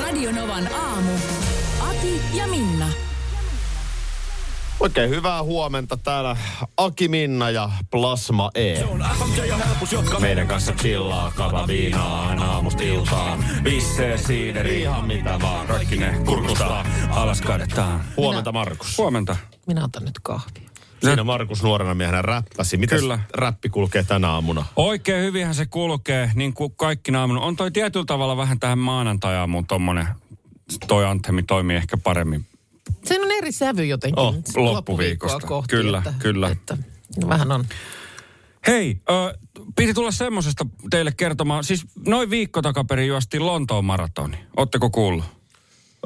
Radionovan aamu. Ati ja Minna. Oikein hyvää huomenta täällä Aki Minna ja Plasma E. Meidän kanssa chillaa, kapa viinaan, aamust iltaan. Bissee, siideri, ihan mitä vaan. Kaikki ne kurkustaa, alas kaadetaan. Huomenta Markus. Huomenta. Minä otan nyt kahvia. Siinä Markus nuorena miehenä räppäsi. Mitäs Kyllä. räppi kulkee tänä aamuna? Oikein hyvinhän se kulkee, niin kuin kaikki aamun. On toi tietyllä tavalla vähän tähän maanantajaamuun tommonen, toi Anthemi toimii ehkä paremmin Se on eri sävy jotenkin. Oh, nyt loppuviikkoa loppuviikosta. Kohti, Kyllä, että, kyllä. Että, no vähän on. Hei, ö, piti tulla semmosesta teille kertomaan. Siis noin viikko takaperin juostiin Lontoon maratoni. Ootteko kuullut?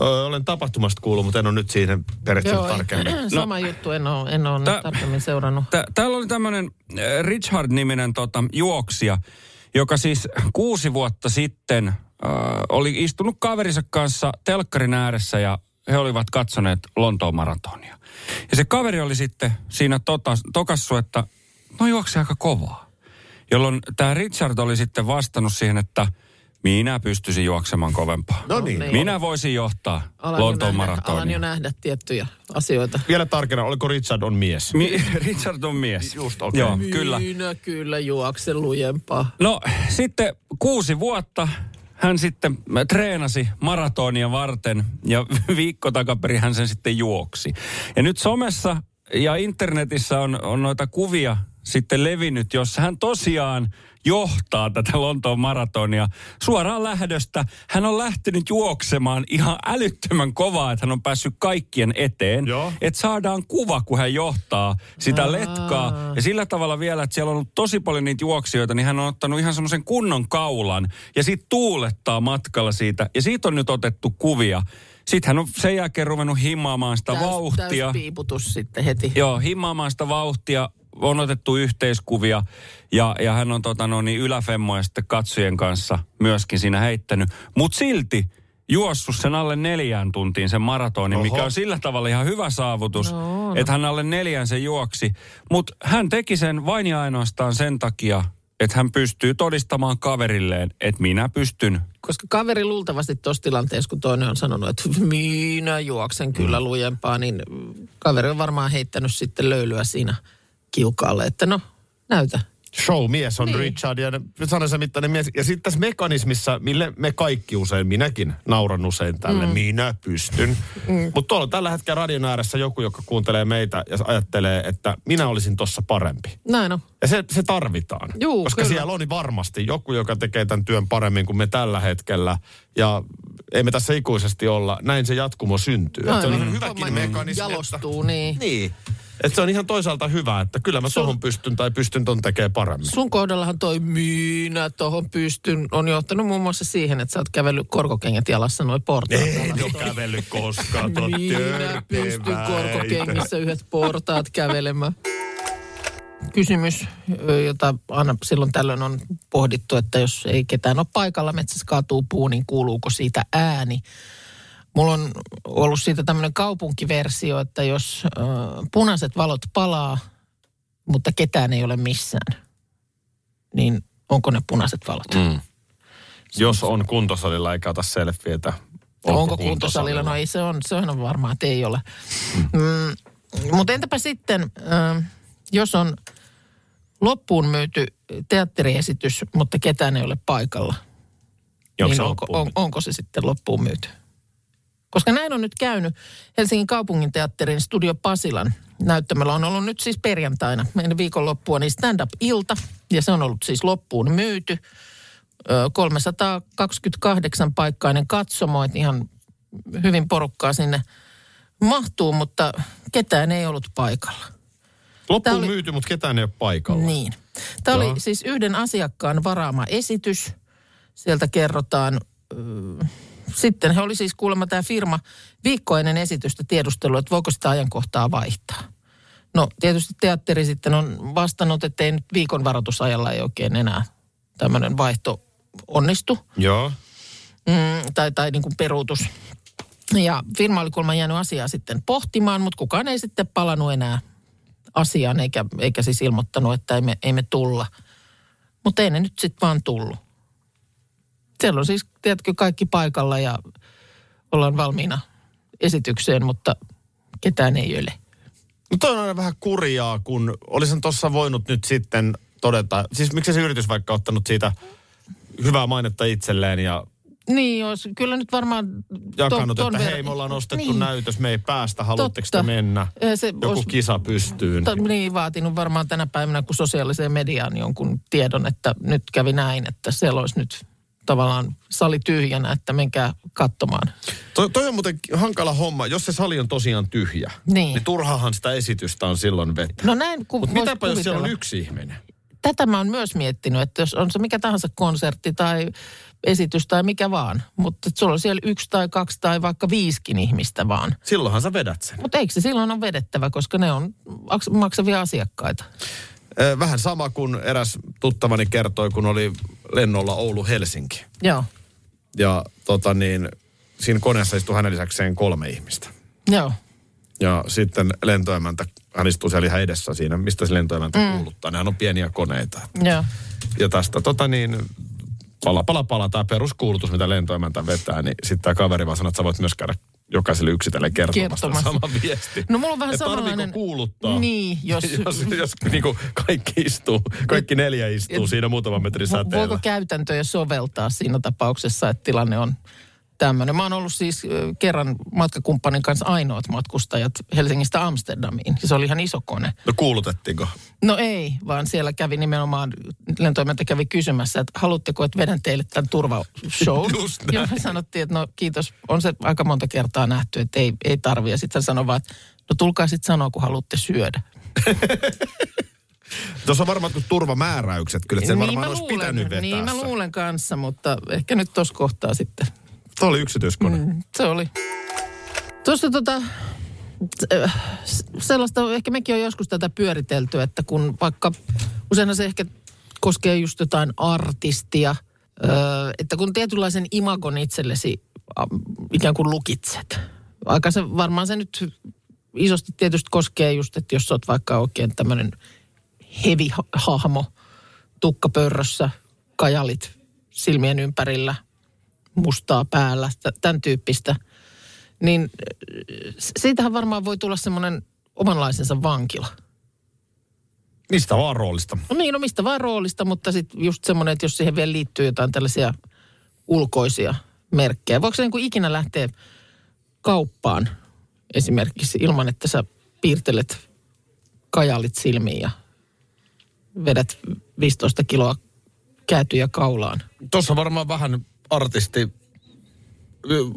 Öö, olen tapahtumasta kuullut, mutta en ole nyt siihen perehtynyt Joo, tarkemmin. sama juttu, en ole, en ole No. Tää- Tää... tarkemmin seurannut. Tä, täällä oli tämmöinen Richard-niminen tota, juoksija, joka siis kuusi vuotta sitten äh, oli istunut kaverinsa kanssa telkkarin ääressä ja he olivat katsoneet Lontoon maratonia. Ja se kaveri oli sitten siinä tota, tokassu, että no juoksi aika kovaa. Jolloin tämä Richard oli sitten vastannut siihen, että minä pystyisin juoksemaan kovempaa. No niin. niin. Minä voisin johtaa Alan jo, Lontoon nähdä, alan jo maratonia. nähdä tiettyjä asioita. Vielä tarkena, oliko Richard on mies? Mi- Richard on mies. Just, okei. Joo, No, kyllä. Minä kyllä juoksen lujempaa. No sitten kuusi vuotta hän sitten treenasi maratonia varten ja viikko takaperin hän sen sitten juoksi. Ja nyt somessa ja internetissä on, on noita kuvia sitten levinnyt, jossa hän tosiaan johtaa tätä Lontoon maratonia suoraan lähdöstä. Hän on lähtenyt juoksemaan ihan älyttömän kovaa, että hän on päässyt kaikkien eteen. Joo. Että saadaan kuva, kun hän johtaa sitä letkaa. Ja sillä tavalla vielä, että siellä on ollut tosi paljon niitä juoksijoita, niin hän on ottanut ihan semmoisen kunnon kaulan. Ja sit tuulettaa matkalla siitä. Ja siitä on nyt otettu kuvia. Sitten hän on sen jälkeen ruvennut himmaamaan sitä vauhtia. Täys piiputus sitten heti. Joo, himmaamaan sitä vauhtia. On otettu yhteiskuvia ja, ja hän on tota, no, niin yläfemmoja sitten katsojen kanssa myöskin siinä heittänyt. Mutta silti juossut sen alle neljään tuntiin sen maratonin, Oho. mikä on sillä tavalla ihan hyvä saavutus, no. että hän alle neljän se juoksi. Mutta hän teki sen vain ja ainoastaan sen takia, että hän pystyy todistamaan kaverilleen, että minä pystyn. Koska kaveri luultavasti tuossa tilanteessa, kun toinen on sanonut, että minä juoksen kyllä Mm. lujempaa, niin kaveri on varmaan heittänyt sitten löylyä siinä kiukaalle, että no, näytä. Showmies on niin. Richard ja sanansa mittainen mies. Ja sitten tässä mekanismissa, mille me kaikki usein, minäkin nauran usein tälle, mm. minä pystyn. Mm. Mutta tuolla on tällä hetkellä radion ääressä joku, joka kuuntelee meitä ja ajattelee, että minä olisin tossa parempi. Näin on. Ja se, se tarvitaan. Juu, koska kyllä. siellä on niin varmasti joku, joka tekee tämän työn paremmin kuin me tällä hetkellä. Ja ei me tässä ikuisesti olla. Näin se jatkumo syntyy. Et se on Aivan. ihan hyväkin Homma mekanismi. että- Jalostuu, niin. Niin. Et se on ihan toisaalta hyvä, että kyllä mä tuohon pystyn tai pystyn ton tekee paremmin. Sun kohdallahan toi minä tohon pystyn on johtanut muun muassa siihen, että sä oot kävellyt korkokengät jalassa noin portaat. alas. ole kävellyt koskaan, tuo Niin, Minä pystyn törkeä väite. korkokengissä yhdet portaat kävelemään. Kysymys, ö, jota aina silloin tällöin on pohdittu, että jos ei ketään ole paikalla, metsässä kaatuu puu, niin kuuluuko siitä ääni? Mulla on ollut siitä tämmöinen kaupunkiversio, että jos ö, punaiset valot palaa, mutta ketään ei ole missään, niin onko ne punaiset valot? Mm. Jos on kuntosalilla eikä ota selfietä. No, Onko, onko kuntosalilla? No ei, se on, se on varmaan, että ei ole. Mm, mutta entäpä sitten, äh, jos on loppuun myyty teatteriesitys, mutta ketään ei ole paikalla, Onko niin se onko, loppuun on, myyty? onko se sitten loppuun myyty? Koska näin on nyt käynyt. Helsingin kaupungin teatterin Studio Pasilan näyttämällä on ollut nyt siis perjantaina, meidän viikonloppua, niin stand-up-ilta. Ja se on ollut siis loppuun myyty. Ö, 328 paikkainen katsomo, että ihan hyvin porukkaa sinne mahtuu, mutta ketään ei ollut paikalla. Tää Loppuun oli- myyty, mutta ketään ei ole paikalla. Niin. Tämä Joo. oli siis yhden asiakkaan varaama esitys. Sieltä kerrotaan ö, sitten he oli siis kuulemma tämä firma viikko ennen esitystä tiedustellut, että voiko sitä ajankohtaa vaihtaa. No tietysti teatteri sitten on vastannut, että ei nyt viikon varoitusajalla ei oikein enää tämmöinen vaihto onnistu Joo. mm, tai, tai niin kuin peruutus. Ja firma oli kuulemma jäänyt asiaa sitten pohtimaan, mutta kukaan ei sitten palannut enää asiaan eikä, eikä siis ilmoittanut, että ei me, ei me tulla. Mutta ei ne nyt sitten vaan tullut. Siellä on siis, tiedätkö, kaikki paikalla ja ollaan valmiina esitykseen, mutta ketään ei ole. No toi on aina vähän kurjaa, kun olisin tuossa voinut nyt sitten todeta, siis miksi se yritys vaikka ottanut siitä hyvää mainetta itselleen ja Niin, jos, kyllä nyt varmaan... jakanut, ton- ton että verran- hei, me ollaan ostettu Niin. näytös, me ei päästä, haluatteko Totta. te mennä? Eihän se Joku olisi- kisa pystyyn. Mutta niin vaatinut varmaan tänä päivänä kuin sosiaaliseen mediaan jonkun tiedon, että nyt kävi näin, että siellä olisi nyt tavallaan sali tyhjänä, että menkää katsomaan. Toi, toi on muuten hankala homma, jos se sali on tosiaan tyhjä, Niin. niin turhahan sitä esitystä on silloin vettä. No näin, kun Mutta vois mitäpä jos siellä kuvitella. on yksi ihminen? Tätä mä oon myös miettinyt, että jos on se mikä tahansa konsertti tai esitys tai mikä vaan, mutta että sulla on siellä yksi tai kaksi tai vaikka viiskin ihmistä vaan. Silloinhan sä vedät sen. Mutta eikö se silloin ole vedettävä, koska ne on aks- maksavia asiakkaita? Ö, Vähän sama kuin eräs tuttavani kertoi, kun oli lennolla Oulu-Helsinki. Joo, Ja tota niin, siinä koneessa istui hänen lisäkseen kolme ihmistä. joo. Ja sitten lentoemäntä, hän istuu siellä ihan edessä siinä, mistä se lentoemäntä mm. kuuluttaa. Nämä on pieniä koneita. Joo. Ja tästä tota niin, pala pala pala, tämä peruskuulutus, mitä lentoemäntä vetää, niin sitten tämä kaveri vaan sanoo, että sä voit myös käydä jokaiselle yksitellen kertomassa, Kertomassa. kertomassa. sama viesti. No mulla on vähän Et tarviiko samanlainen- kuuluttaa? Niin, jos- jos, jos niin kuin kaikki istuu, kaikki neljä istuu et- siinä muutaman metrin Vo- Voiko säteellä. käytäntöjä soveltaa siinä tapauksessa, että tilanne on tämmöinen? Mä oon ollut siis ö, kerran matkakumppanin kanssa ainoat matkustajat Helsingistä Amsterdamiin. Ja se oli ihan iso kone. No kuulutettiinko? No ei, vaan siellä kävi nimenomaan, lentoimenta kävi kysymässä, että haluatteko, että vedän teille tämän turvashow? Just näin. Ja me sanottiin, että no kiitos, on se aika monta kertaa nähty, että ei, ei tarvi. Ja sitten sanoi vaan, että no tulkaa sitten sanoa, kun haluatte syödä. Tuossa on varmaan jotkut turvamääräykset, kyllä että sen varmaan Niin, mä olisi luulen, pitänyt vetää Niin mä se. luulen kanssa, mutta ehkä nyt tuossa kohtaa sitten Tuo oli yksityiskone. Mm. Se oli. Tuossa tota, äh, s- sellaista, ehkä mekin on joskus tätä pyöritelty, että kun vaikka, useinhan se ehkä koskee just jotain artistia, ö, että kun tietynlaisen imagon itsellesi äh, ikään kuin lukitset. Aika se, varmaan se nyt isosti tietysti koskee just, että jos sä oot vaikka oikein tämmöinen hevi hahmo, tukka pörrössä, kajalit silmien ympärillä, mustaa päällä, t- tämän tyyppistä. Niin äh, s- siitähän varmaan voi tulla semmoinen omanlaisensa vankila. Mistä vaan roolista. No niin, no mistä vaan roolista, mutta sitten just semmoinen, että jos siihen vielä liittyy jotain tällaisia ulkoisia merkkejä. Voiko se niin kuin ikinä lähteä kauppaan esimerkiksi ilman, että sä piirtelet kajalit silmiin ja vedät 15 kiloa käytyjä kaulaan? Tuossa varmaan vähän artisti,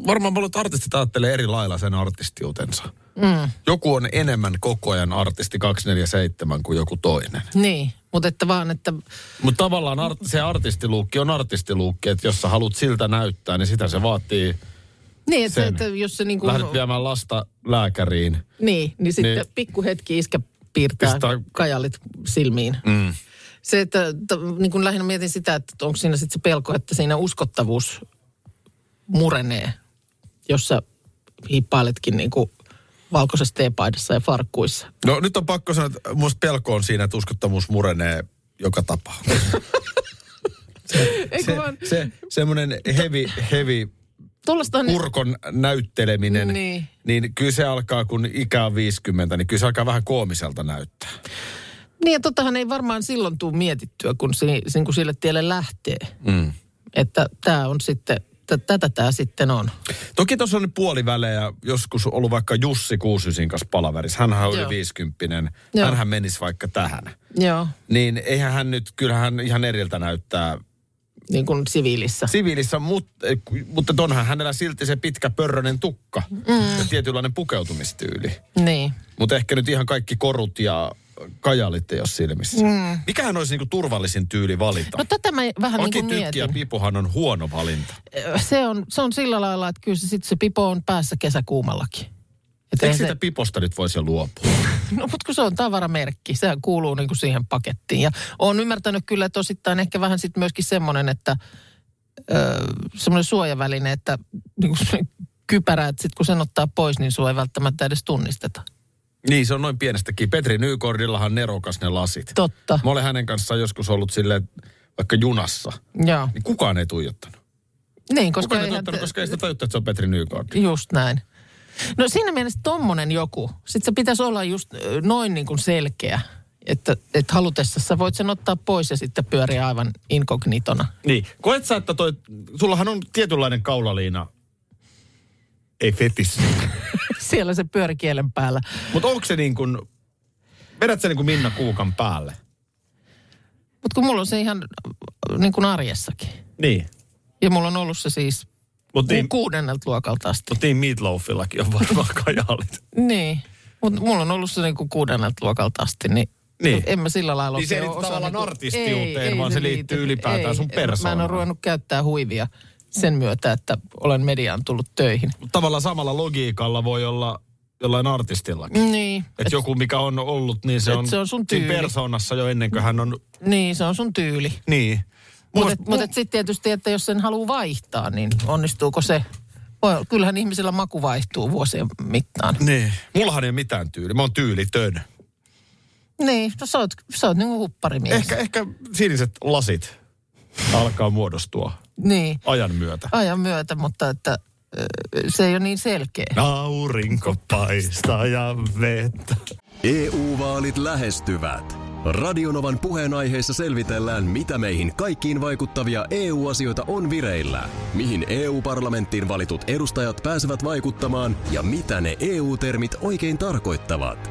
varmaan monet artistit ajattelee eri lailla sen artistiutensa. Mm. Joku on enemmän koko ajan artisti 247 kuin joku toinen. Niin, mutta että vaan, että Mutta tavallaan art, se artistiluukki on artistiluukki, että jos sä haluat siltä näyttää, niin sitä se vaatii. Niin, että, Sen. että jos se niin kuin... Lähdet viemään lasta lääkäriin. Niin, niin sitten Niin. pikkuhetki iskä piirtää Pistää- kajalit silmiin. Mm. Se, että t- niin kun lähinnä mietin sitä, että onko siinä sitten se pelko, että siinä uskottavuus murenee, jos sä hiippailetkin niin kuin valkoisessa teepaidassa ja farkkuissa. No nyt on pakko sanoa, että musta pelko on siinä, että uskottavuus murenee joka tapaa. Eikö se, vaan, se, semmoinen hevi, hevi tuollaista on... kurkon näytteleminen, No Niin. niin. niin kyllä se alkaa, kun ikä on 50, niin kyllä se alkaa vähän koomiselta näyttää. Niin ja tottahan ei varmaan silloin tule mietittyä, kun, si, si, kun sille tielle lähtee. Mm. Että tämä on sitten, t- tätä tämä sitten on. Toki tuossa on nyt puolivälejä joskus ollut vaikka Jussi 69 kanssa palaverissa. Hänhän on Joo. yli 50. Joo. Hänhän menisi vaikka tähän. Joo, Niin eihän hän nyt, kyllähän hän ihan eriltä näyttää niin kuin siviilissä. siviilissä, mutta, mutta onhan hänellä silti se pitkä pörrönen tukka mm. ja tietynlainen pukeutumistyyli. Niin. Mutta ehkä nyt ihan kaikki korut ja ö, kajalit ei ole silmissä. Mm. Mikähän olisi niinku turvallisin tyyli valita? No tätä mä vähän niin kuin Okin tykki ja mietin. pipohan on huono valinta. Se on, se on sillä lailla, että kyllä se, sit se pipo on päässä kesäkuumallakin. Et Eikö eihän siitä piposta nyt voisi jo luopua? No mutta kun se on tavaramerkki, sehän kuuluu niin kuin siihen pakettiin. Ja olen ymmärtänyt kyllä, että osittain ehkä vähän sitten myöskin semmoinen, että öö, semmoinen suojaväline, että niin kuin kypärä, että sitten kun sen ottaa pois, niin sua ei välttämättä edes tunnisteta. Niin, se on noin pienestäkin. Petri Nykordillahan nerokas ne lasit. Totta. Mä olen hänen kanssaan joskus ollut silleen, vaikka junassa, Joo. niin kukaan ei tuijottanut. Niin, Koska koska, kukaan ei eihän- tuijottanut, koska ei sitä tajuttu, että se on Petri Nykord. Just näin. No siinä mielessä tommonen joku. Sitten se pitäisi olla just ö, noin niin kuin selkeä, että, että halutessa sä voit sen ottaa pois ja sitten pyöriä aivan inkognitona. Niin. Koet sä, että toi, sullahan on tietynlainen kaulaliina. Ei fetis. Siellä se pyörikielen päällä. Mutta onko se niin kuin, vedät sä niin kuin Minna Kuukan päälle? Mutta kun mulla on se ihan äh, niin kuin arjessakin. Niin. Ja mulla on ollut se siis Mut niin. niin, kuudennelta luokalta asti. mut niin Meatloafillakin on varmaan kajalit. Niin. Mutta mulla on ollut se niin kuin kuudennelta luokalta asti, niin Niin. En mä sillä lailla Niin se ei oikein liity osaa tavallaan niinku- artistiuteen, vaan se liittyy ylipäätään sun Mä en persoonaan. ole ruvennut käyttää huivia sen myötä, että olen mediaan tullut töihin. Mut Tavallaan samalla logiikalla voi olla jollain artistillakin. Niin. Että Mm. et, joku, mikä on ollut, niin se et on, se on sun siinä tyyli. persoonassa jo ennen kuin hän on... Niin, se on sun tyyli. Niin. Mun- Mutta mut, sitten tietysti, että jos sen haluaa vaihtaa, niin onnistuuko se? Voi, kyllähän ihmisellä maku vaihtuu vuosien mittaan. Niin. Mullahan ei ole mitään tyyli. Mä oon tyylitön. Niin, no sä oot, sä oot niinku hupparimies. Ehkä, ehkä siniset lasit alkaa muodostua Niin, ajan myötä. ajan myötä, mutta että ö, se ei ole niin selkeä. Aurinko paistaa ja vettä. EU-vaalit E lähestyvät. Radionovan puheenaiheessa selvitellään, mitä meihin kaikkiin vaikuttavia EU-asioita on vireillä, mihin EU-parlamenttiin valitut edustajat pääsevät vaikuttamaan ja mitä ne EU-termit oikein tarkoittavat.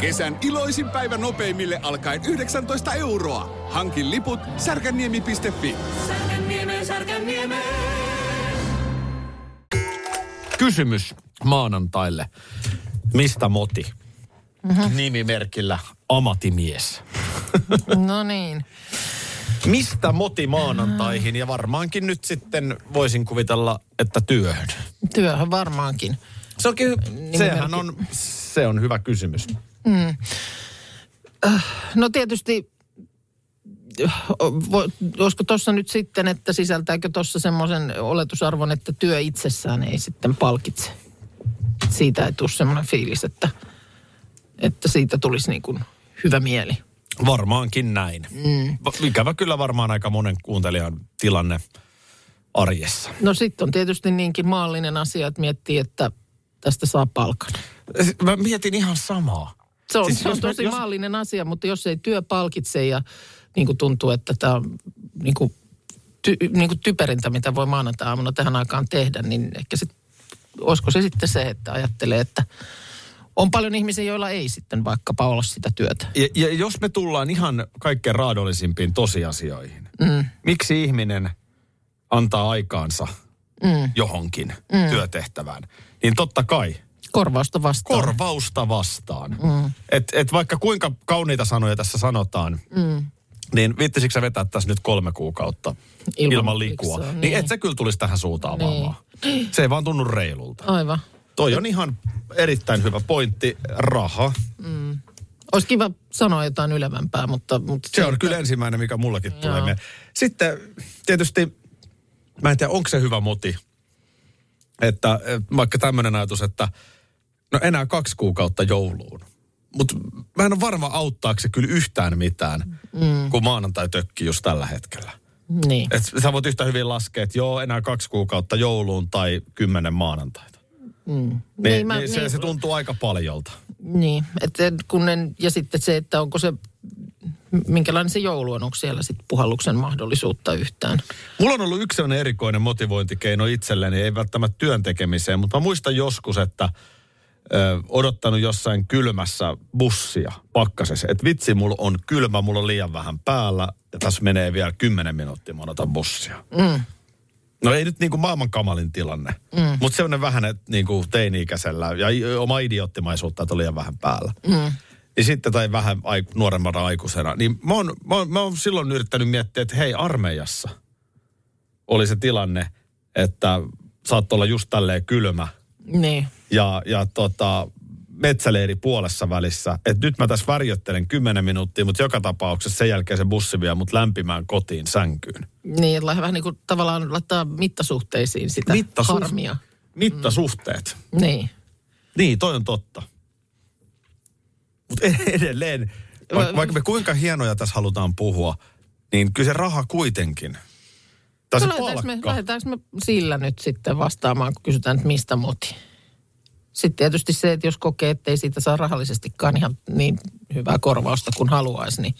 Kesän iloisin päivän nopeimille alkaen 19 euroa. Hankin liput särkänniemi.fi. Kysymys maanantaille. Mistä moti? Mm-hmm. Nimimerkillä amatimies. No niin. Mistä moti maanantaihin? Ja varmaankin nyt sitten voisin kuvitella, että työhön. Työhön varmaankin. Se onkin, sehän on, se on hyvä kysymys. No tietysti, vo- olisiko tuossa nyt sitten, että sisältääkö tuossa semmoisen oletusarvon, että työ itsessään ei sitten palkitse. Siitä ei tule semmoinen fiilis, että, että siitä tulisi niin kuin hyvä mieli. Varmaankin näin. Mm. Ikävä kyllä varmaan aika monen kuuntelijan tilanne arjessa. No sitten on tietysti niinkin maallinen asia, että miettii, että tästä saa palkan. Mä mietin ihan samaa. Se on, Siis siis se on jos me- tosi jos- jos... maallinen asia, mutta jos ei työ palkitse ja niin kuin tuntuu, että tämä on niin kuin, ty, niin kuin typerintä, mitä voi maanantai-aamuna tähän aikaan tehdä, niin ehkä sit, olisiko se sitten se, että ajattelee, että on paljon ihmisiä, joilla ei sitten vaikkapa olla sitä työtä. Ja, ja jos me tullaan ihan kaikkein raadollisimpiin tosiasioihin. Mm. Miksi ihminen antaa aikaansa mm. johonkin mm. työtehtävään? Niin totta kai Korvausta vastaan. korvausta vastaan. Mm. Et, et vaikka kuinka kauniita sanoja tässä sanotaan, mm. niin viittisikö sä vetää tässä nyt kolme kuukautta ilman, Ilman ilman likua? liksaa, Niin. niin niin. et sä kyllä tulisi tähän suutaavaamaan. Niin. Se ei vaan tunnu reilulta. Aivan. Toi on ihan erittäin hyvä pointti, raha. Olisi kiva sanoa jotain ylevämpää, mutta... mutta Se on kyllä ensimmäinen, mikä mullakin tulee mieleen. Sitten tietysti, mä en tiedä, onko se hyvä moti, että eh, vaikka tämmöinen ajatus, että no enää kaksi kuukautta jouluun. Mutta mä en ole varma, auttaako se kyllä yhtään mitään, mm. kun maanantai tökkii just tällä hetkellä. Niin. Eh, Et sä voit yhtä hyvin laskea, että joo, enää kaksi kuukautta jouluun tai kymmenen maanantaita. Niin, Niin niin, mä- se, niin. se tuntuu aika paljolta. Niin, et en- kun en, ja sitten se, että onko se, minkälainen se joulu on, onko siellä sitten puhalluksen mahdollisuutta yhtään. Mulla on ollut yksi sellainen erikoinen motivointikeino itselleni, ei välttämättä työn tekemiseen, mutta mä muistan joskus, että ö, odottanut jossain kylmässä bussia pakkasessa, että vitsi, mulla on kylmä, mulla on liian vähän päällä ja tässä menee vielä 10 minuuttia, mä odotan bussia. Mm. No ei nyt niinku maailman kamalin tilanne, mm. mutta sellainen vähän, että niinku teini-ikäisellä ja i- oma idioottimaisuutta, että on liian vähän päällä. Mm. Niin sitten tai vähän ai, nuoremmana aikuisena, niin mä oon, mä, oon, mä oon silloin yrittänyt miettiä, että hei armeijassa – oli se tilanne, että saattoi olla just tälleen kylmä Niin, ja, ja tota, metsäleiri puolessa välissä. Et nyt mä tässä värjöttelen 10 minuuttia, mutta joka tapauksessa sen jälkeen se bussi vie mut lämpimään kotiin sänkyyn. niin että vähän niin kuin tavallaan laittaa mittasuhteisiin sitä Mittasuht- harmia. Mittasuhteet. Niin. Niin, toi on totta. Mutta edelleen, vaikka, vaikka me kuinka hienoja tässä halutaan puhua, niin kyllä se raha kuitenkin. Tai se No lähdetäänkö me, palkka. lähdetäänkö me sillä nyt sitten vastaamaan, kun kysytään, että mistä moti? Sitten tietysti se, että jos kokee, että ei siitä saa rahallisestikaan ihan niin hyvää korvausta kuin haluaisi, niin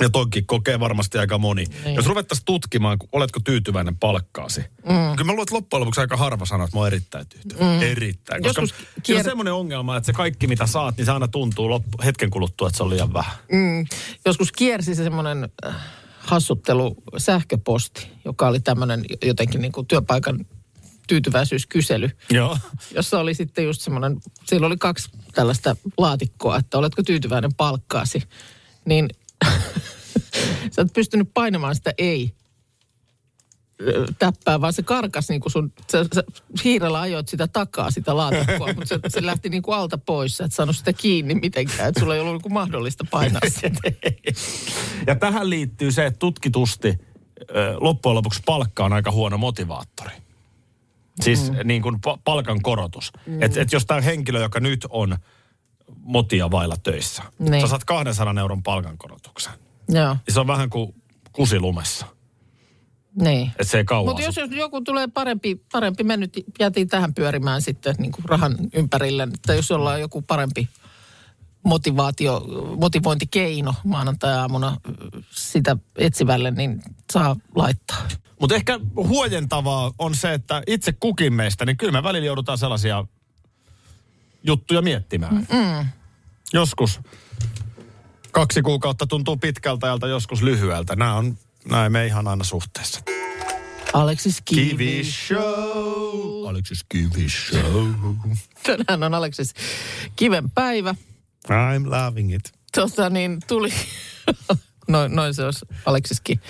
Ja toki kokee varmasti aika moni. Niin. Jos ruvettaisiin tutkimaan, kun oletko tyytyväinen palkkaasi. Mm. Kyllä mä luulen, että loppujen lopuksi aika harva sanoo, että mä oon erittäin tyytyväinen. Mm. Erittäin. Koska Joskus kier... siinä on semmoinen ongelma, että se kaikki mitä saat, niin se aina tuntuu loppu, hetken kuluttua, että se on liian vähän. joskus kiersi se semmoinen äh, hassuttelu sähköposti, joka oli tämmöinen jotenkin niin kuin työpaikan tyytyväisyyskysely, Joo. jossa oli sitten just semmoinen, siellä oli kaksi tällaista laatikkoa, että oletko tyytyväinen palkkaasi, niin sä oot pystynyt painamaan sitä ei ö, täppää, vaan se karkas niin kuin sun, sä, sä hiirellä ajoit sitä takaa sitä laatikkoa, mutta se, se lähti niin kuin alta pois, sä et saanut sitä kiinni mitenkään, että sulla ei ollut niin kuin mahdollista painaa sitä. Ja tähän liittyy se, että tutkitusti ö, loppujen lopuksi palkka on aika huono motivaattori. Siis mm. niin kuin pa- palkan korotus. Mm. Että et jos tämä henkilö, joka nyt on motia vailla töissä, Niin. niin. sä saat 200 euron palkankorotuksen. Joo, Niin se on vähän kuin kusi lumessa. niin. Että se ei kauan. Mutta jos, jos joku tulee parempi, parempi, me nyt jätin tähän pyörimään sitten niin kuin rahan ympärille, että jos ollaan joku parempi motivaatio, motivointikeino maanantai-aamuna sitä etsivälle, niin saa laittaa. Mutta ehkä huojentavaa on se, että itse kukin meistä, niin kyllä me välillä joudutaan sellaisia juttuja Mm, miettimään. Mm-mm. Joskus kaksi kuukautta tuntuu pitkältä ajalta, joskus lyhyeltä. Nämä on, näin me ihan aina suhteessa. Aleksis Kivi Kivi. Show! Alexis Kivi Show. Tänään on Aleksis Kiven päivä. I'm loving it. Tota niin, tuli... noin, noin se olisi Aleksiskin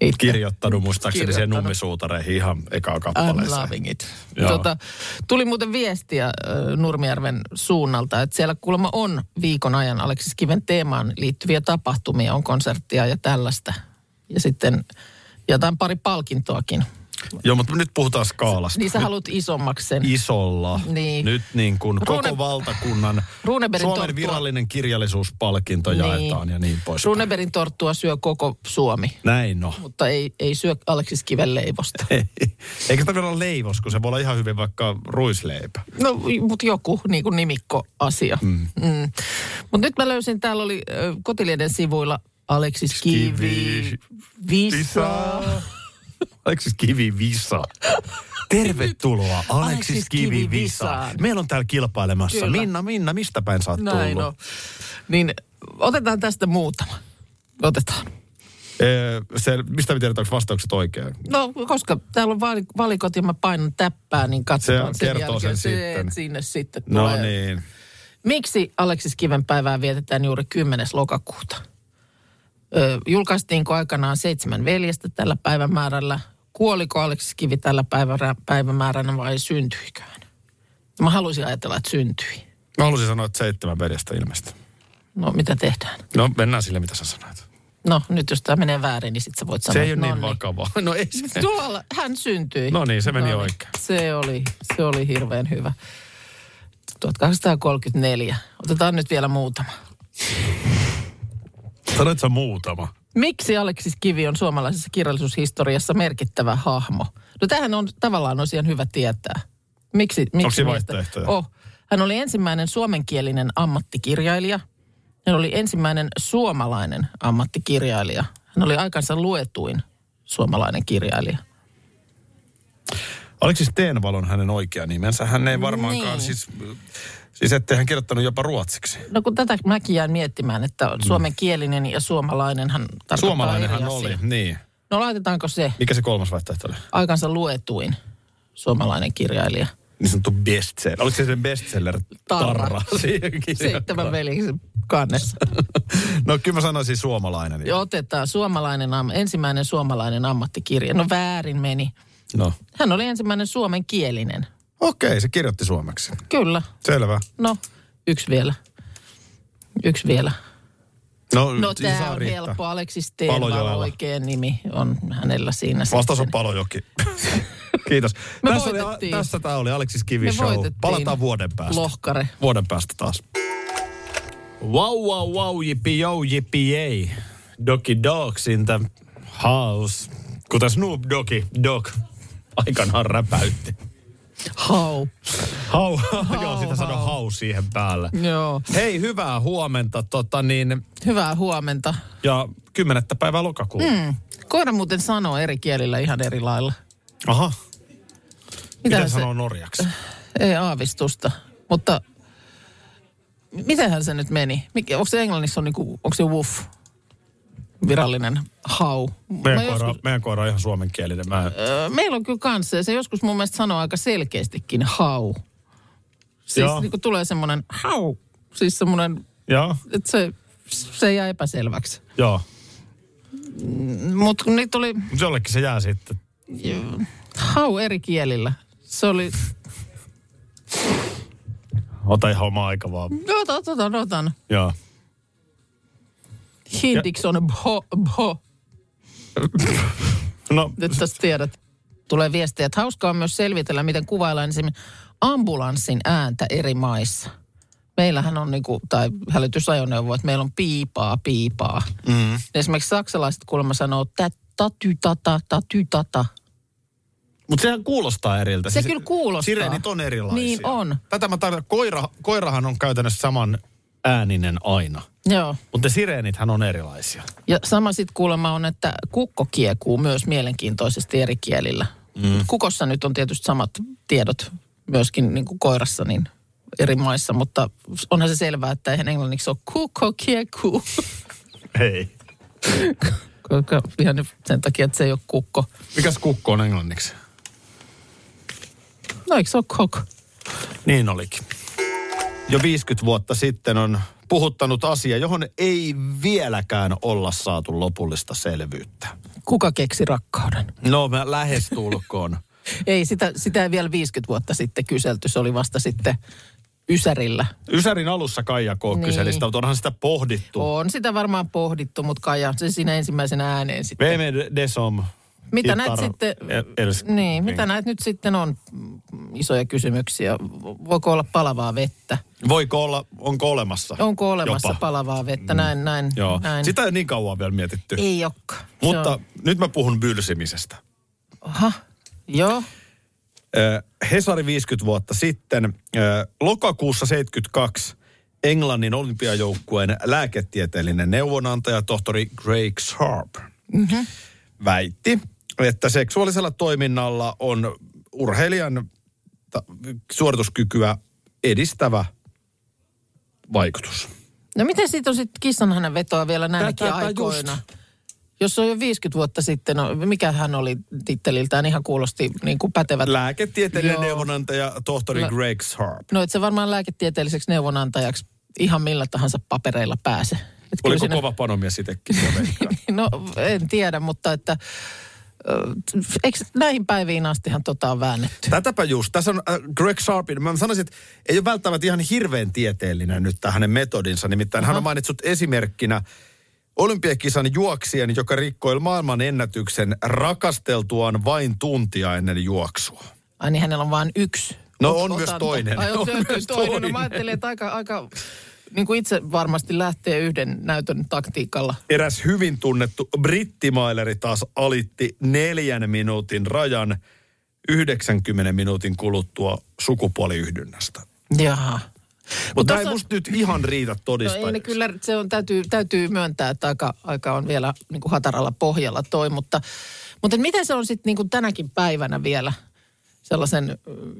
itse. Kirjoittanut muistaakseni siihen Kirjoittanut. nummisuutareihin ihan ekaan I'm kappaleeseen. loving it. Joo. Tota, tuli muuten viestiä äh, Nurmijärven suunnalta, että siellä kuulemma on viikon ajan Aleksis Kiven teemaan liittyviä tapahtumia, on konserttia ja tällaista. Ja sitten jotain pari palkintoakin. Joo, mutta nyt puhutaan skaalasta. Niin sä haluat isommaksi sen. isolla, Niin. niin. nyt niin kuin koko Ruune- valtakunnan Runebergin Suomen torttua. virallinen kirjallisuuspalkinto Niin. niin. jaetaan ja niin pois. Runeberin torttua syö koko Suomi, Näin no. mutta ei, ei syö Aleksis Kiven leivosta. Eikä tämä ole leivos, kun se voi olla ihan hyvin vaikka ruisleipä. No, mutta joku niin kuin nimikkoasia. Mm. Mm. Mutta nyt mä löysin, täällä oli ö, Kotilieden sivuilla Aleksis Kivi, Kivi- Visa. Aleksis Kivi Visa. Tervetuloa Aleksis Aleksis Kivi Kivi Visa. Visaan. Meillä on täällä kilpailemassa. Kyllä. Kyllä. Minna, Minna, mistä päin sä oot Näin tullut? on. Niin otetaan tästä muutama. Otetaan. Öö, se, mistä me tiedetään, onko vastaukset oikein? No, koska täällä on vali- valikot ja mä painan täppää, niin katsotaan Se kertoo jälkeen. sen sitten. sinne sitten No tulee. niin. Miksi Aleksis Kiven päivää vietetään juuri 10. lokakuuta? Ö, julkaistiinko aikanaan seitsemän veljestä tällä päivämäärällä? Kuoliko Aleksis Kivi tällä päivärä, päivämääränä vai syntyiköhän? Mä haluaisin ajatella, että syntyi. Mä haluaisin sanoa, että seitsemän veljestä ilmeisesti. No, mitä tehdään? No mennään sille, mitä sä sanoit. No, nyt jos tämä menee väärin, niin sitten sä voit sanoa, Se ei ole että niin nonni. vakavaa. No ei se. Tuolla hän syntyi. No niin, se meni oikein. Se oli, se oli hirveän hyvä. 1834. Otetaan nyt vielä muutama. Sanoit sä muutama. Miksi Aleksis Kivi on suomalaisessa kirjallisuushistoriassa merkittävä hahmo? No tämähän on tavallaan olisi ihan hyvä tietää. Miksi? miksi Onko siinä miestä? vaihtoehtoja? Oh. Hän oli ensimmäinen suomenkielinen ammattikirjailija. Hän oli ensimmäinen suomalainen ammattikirjailija. Hän oli aikansa luetuin suomalainen kirjailija. Oliko siis Teenvalon hänen oikea nimensä? Hän ei varmaankaan Niin. siis... Siis ettei hän kirjoittanut jopa ruotsiksi. No kun tätä mäkin jään miettimään, että Mm. suomenkielinen ja suomalainen hän tarkoittaa Suomalainen eri hän asiaa. oli, niin. No laitetaanko se Mikä se kolmas vaihtoehto oli? aikansa luetuin suomalainen kirjailija? Niin sanottu bestseller. Oliko se se bestseller? Tarra. Siihenkin. Seitsemän veljeksen kannessa. No kyllä mä sanoisin suomalainen. Ja otetaan suomalainen, am- ensimmäinen suomalainen ammattikirja. No väärin meni. No. Hän oli ensimmäinen suomenkielinen. Okei, se kirjoitti suomeksi. Kyllä. Selvä. No, yksi vielä. Yksi vielä. No, No siinä tämä saa on riittää. helppo. Aleksis Palojoella. Teenvalla oikea nimi on hänellä siinä Vastaus on sitten. Palojoki. Kiitos. Me tässä, oli, voitettiin. tässä tämä oli Aleksis Kivi Me Show. voitettiin. Palataan vuoden päästä. Lohkare. Vuoden päästä taas. Wow, wow, wow, jippi, jou, jippi, ei. Doki Dogs in the house. Kuten Snoop Doggy Dog aikanaan räpäytti. Hau. Hau, joo, sitä sano hau siihen päälle. Joo. Hei, hyvää huomenta. Tota niin, Hyvää huomenta. ja kymmenettä päivää lokakuuta. Mm. Koira muuten sanoo eri kielillä ihan eri lailla. Aha. Mitä, Mitähän Mitä sanoo norjaksi? Ei aavistusta, mutta mitenhän se nyt meni? Mikä, onko se englannissa on niinku, onko se woof? Virallinen hau. Meidän, Mä koira, joskus- meidän koira on ihan suomenkielinen. Mä, Ö, Meillä on kyllä kanssa ja se joskus mun mielestä sanoo aika selkeästikin hau. Siis Joo. niin tulee semmoinen hau. Siis semmoinen, joo, että se, se jää epäselväksi. joo. Mutta kun niitä oli Mut Jollekin se jää sitten. hau eri kielillä. Se oli, Ota ihan oma aika vaan. otan, otan, otan. Joo. Hindiksi on bho, bho. No, Nyt tästä tiedät. Tulee viestiä, että hauskaa on myös selvitellä, miten kuvaillaan esimerkiksi ambulanssin ääntä eri maissa. Meillähän on, niinku, tai hälytysajoneuvo, että meillä on piipaa, piipaa. Mm. Esimerkiksi saksalaiset kuulemma sanoo tä- taty tata, taty tata. mutta sehän kuulostaa eriltä. Siis Se kyllä kuulostaa. Sireenit on erilaisia. Niin on. Tätä mä tarkoitan. Koira, koirahan on käytännössä saman ääninen aina. Joo. Mutta ne sireenithän on erilaisia. Ja sama sitten kuulemma on, että kukko kiekuu myös mielenkiintoisesti eri kielillä. Mm. Kukossa nyt on tietysti samat tiedot myöskin niin kuin koirassa niin eri maissa, mutta onhan se selvää, että eihän englanniksi ole kukko kiekuu, Hei. koska ihan nyt sen takia, että se ei ole kukko. Mikäs kukko on englanniksi? No eikö se ole koko? Niin olikin. Jo 50 vuotta sitten on puhuttanut asia, johon ei vieläkään olla saatu lopullista selvyyttä. Kuka keksi rakkauden? No mä lähestulkoon. Ei, sitä, sitä ei vielä 50 vuotta sitten kyselty, se oli vasta sitten Ysärillä. Ysärin alussa Kaija K. Niin. kyseli sitä, mutta onhan sitä pohdittu. On sitä varmaan pohdittu, mutta Kaija, se siinä ensimmäisen ääneen sitten. Veme desom. Mitä Itar- näet sitten, El- els- niin, mitä näet nyt sitten on mm, isoja kysymyksiä? Voiko olla palavaa vettä? Voiko olla, onko olemassa? Onko olemassa Jopa. Mm. palavaa vettä? Näin, näin, Joo. näin. Sitä ei niin kauan vielä mietitty. ei olekaan. Se mutta on- nyt mä puhun bylsimisestä. Aha, joo, Ö, Hesari 50 vuotta sitten, ö, lokakuussa 72, Englannin olympiajoukkueen lääketieteellinen neuvonantaja tohtori Greg Sharp mm-hmm. väitti, että seksuaalisella toiminnalla on urheilijan ta- suorituskykyä edistävä vaikutus. No miten siitä on sitten kissanhänen vetoa vielä näinäkin Tätäpä aikoina? Jos on jo 50 vuotta sitten, no, mikä hän oli titteliltään, ihan kuulosti niin kuin pätevät. Lääketieteellinen Joo. neuvonantaja tohtori Lä- Greg Sharp. no et se varmaan lääketieteelliseksi neuvonantajaksi ihan millä tahansa papereilla pääse. Et kyllä Oliko siinä- kova panomies itsekin? mä veikkaan? No en tiedä, mutta että ö, eikö näihin päiviin astihan tota on väännetty? Tätäpä just. Tässä on äh, Greg Sharpin. Mä sanoisin, että ei ole välttämättä ihan hirveän tieteellinen nyt tämä hänen metodinsa. Nimittäin hän on mainitsut esimerkkinä olympiakisan juoksijan, joka rikkoi maailman ennätyksen rakasteltuaan vain tuntia ennen juoksua. Ai niin, hänellä on vain yksi. No Ot- on myös toinen. Ai on, On on myös myös toinen. No, toinen. mä ajattelin, että aika, aika niin kuin itse varmasti lähtee yhden näytön taktiikalla. Eräs hyvin tunnettu brittimaileri taas alitti neljän minuutin rajan 90 minuutin kuluttua sukupuoliyhdynnästä. Jaha. Mutta ei tässä- musta nyt ihan riitä No ei ne todistajaksi. kyllä, se on, täytyy, täytyy myöntää, että aika, aika on vielä niin kuin hataralla pohjalla toi, mutta, mutta et miten se on sitten niin kuin tänäkin päivänä vielä sellaisen ö,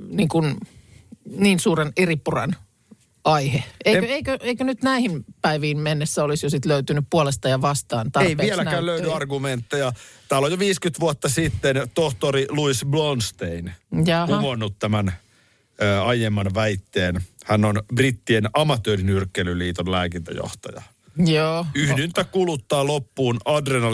niin, kuin, niin suuren eripuran aihe? Eikö, En- eikö, eikö nyt näihin päiviin mennessä olisi jo sit löytynyt puolesta ja vastaan Ei tarpeeksi vieläkään näyttöjä? löydy argumentteja. Täällä on jo 50 vuotta sitten tohtori Louis Blonstein Jaha. kumonnut tämän ö, aiemman väitteen. Hän on brittien amatöörinyrkkeilyliiton lääkintäjohtaja. Joo. Yhdyntä kuluttaa loppuun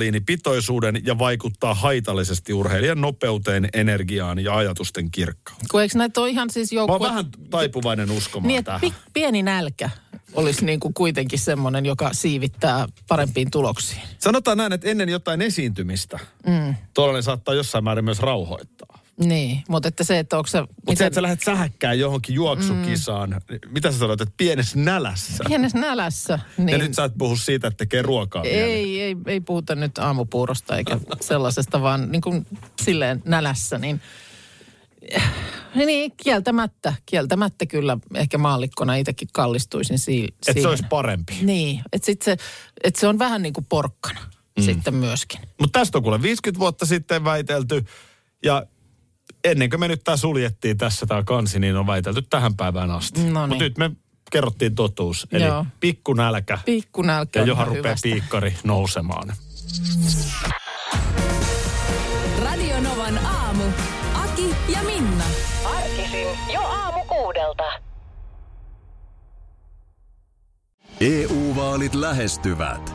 adrenaliinipitoisuuden ja vaikuttaa haitallisesti urheilijan nopeuteen, energiaan ja ajatusten kirkkauteen. Kun eikö näitä ole ihan siis Mä oon joukkue... vähän taipuvainen uskomaan Niin, että tähän. pi- pieni nälkä olisi niin kuin kuitenkin semmoinen, joka siivittää parempiin tuloksiin. Sanotaan näin, että ennen jotain esiintymistä mm. tuollainen saattaa jossain määrin myös rauhoittaa. Niin, mutta että se, että onko se... Mutta se, että sä lähdet sähäkkään johonkin juoksukisaan, mm. mitä sä sanoit, että pienessä nälässä. Pienessä nälässä, Ja niin nyt sä et puhu siitä, että tekee ruokaa niin mieli. ei, ei, ei puhuta nyt aamupuurosta eikä sellaisesta, vaan niin kuin silleen nälässä, niin... Niin, kieltämättä, kieltämättä kyllä ehkä maallikkona itsekin kallistuisin si- Että se siihen. olisi parempi. Niin, että sit se, et se on vähän niin kuin porkkana mm. sitten myöskin. Mutta tästä on kuule 50 vuotta sitten väitelty ja ennen kuin me nyt tämä suljettiin tässä tämä kansi, niin on väitelty tähän päivään asti. No niin. Mutta nyt me kerrottiin totuus, eli Joo. pikkunälkä Pikku nälkä ja on johon ihan rupeaa hyvästä. piikkari nousemaan. Radio Novan aamu. Aki ja Minna. Arkisin jo aamu kuudelta. EU-vaalit E lähestyvät.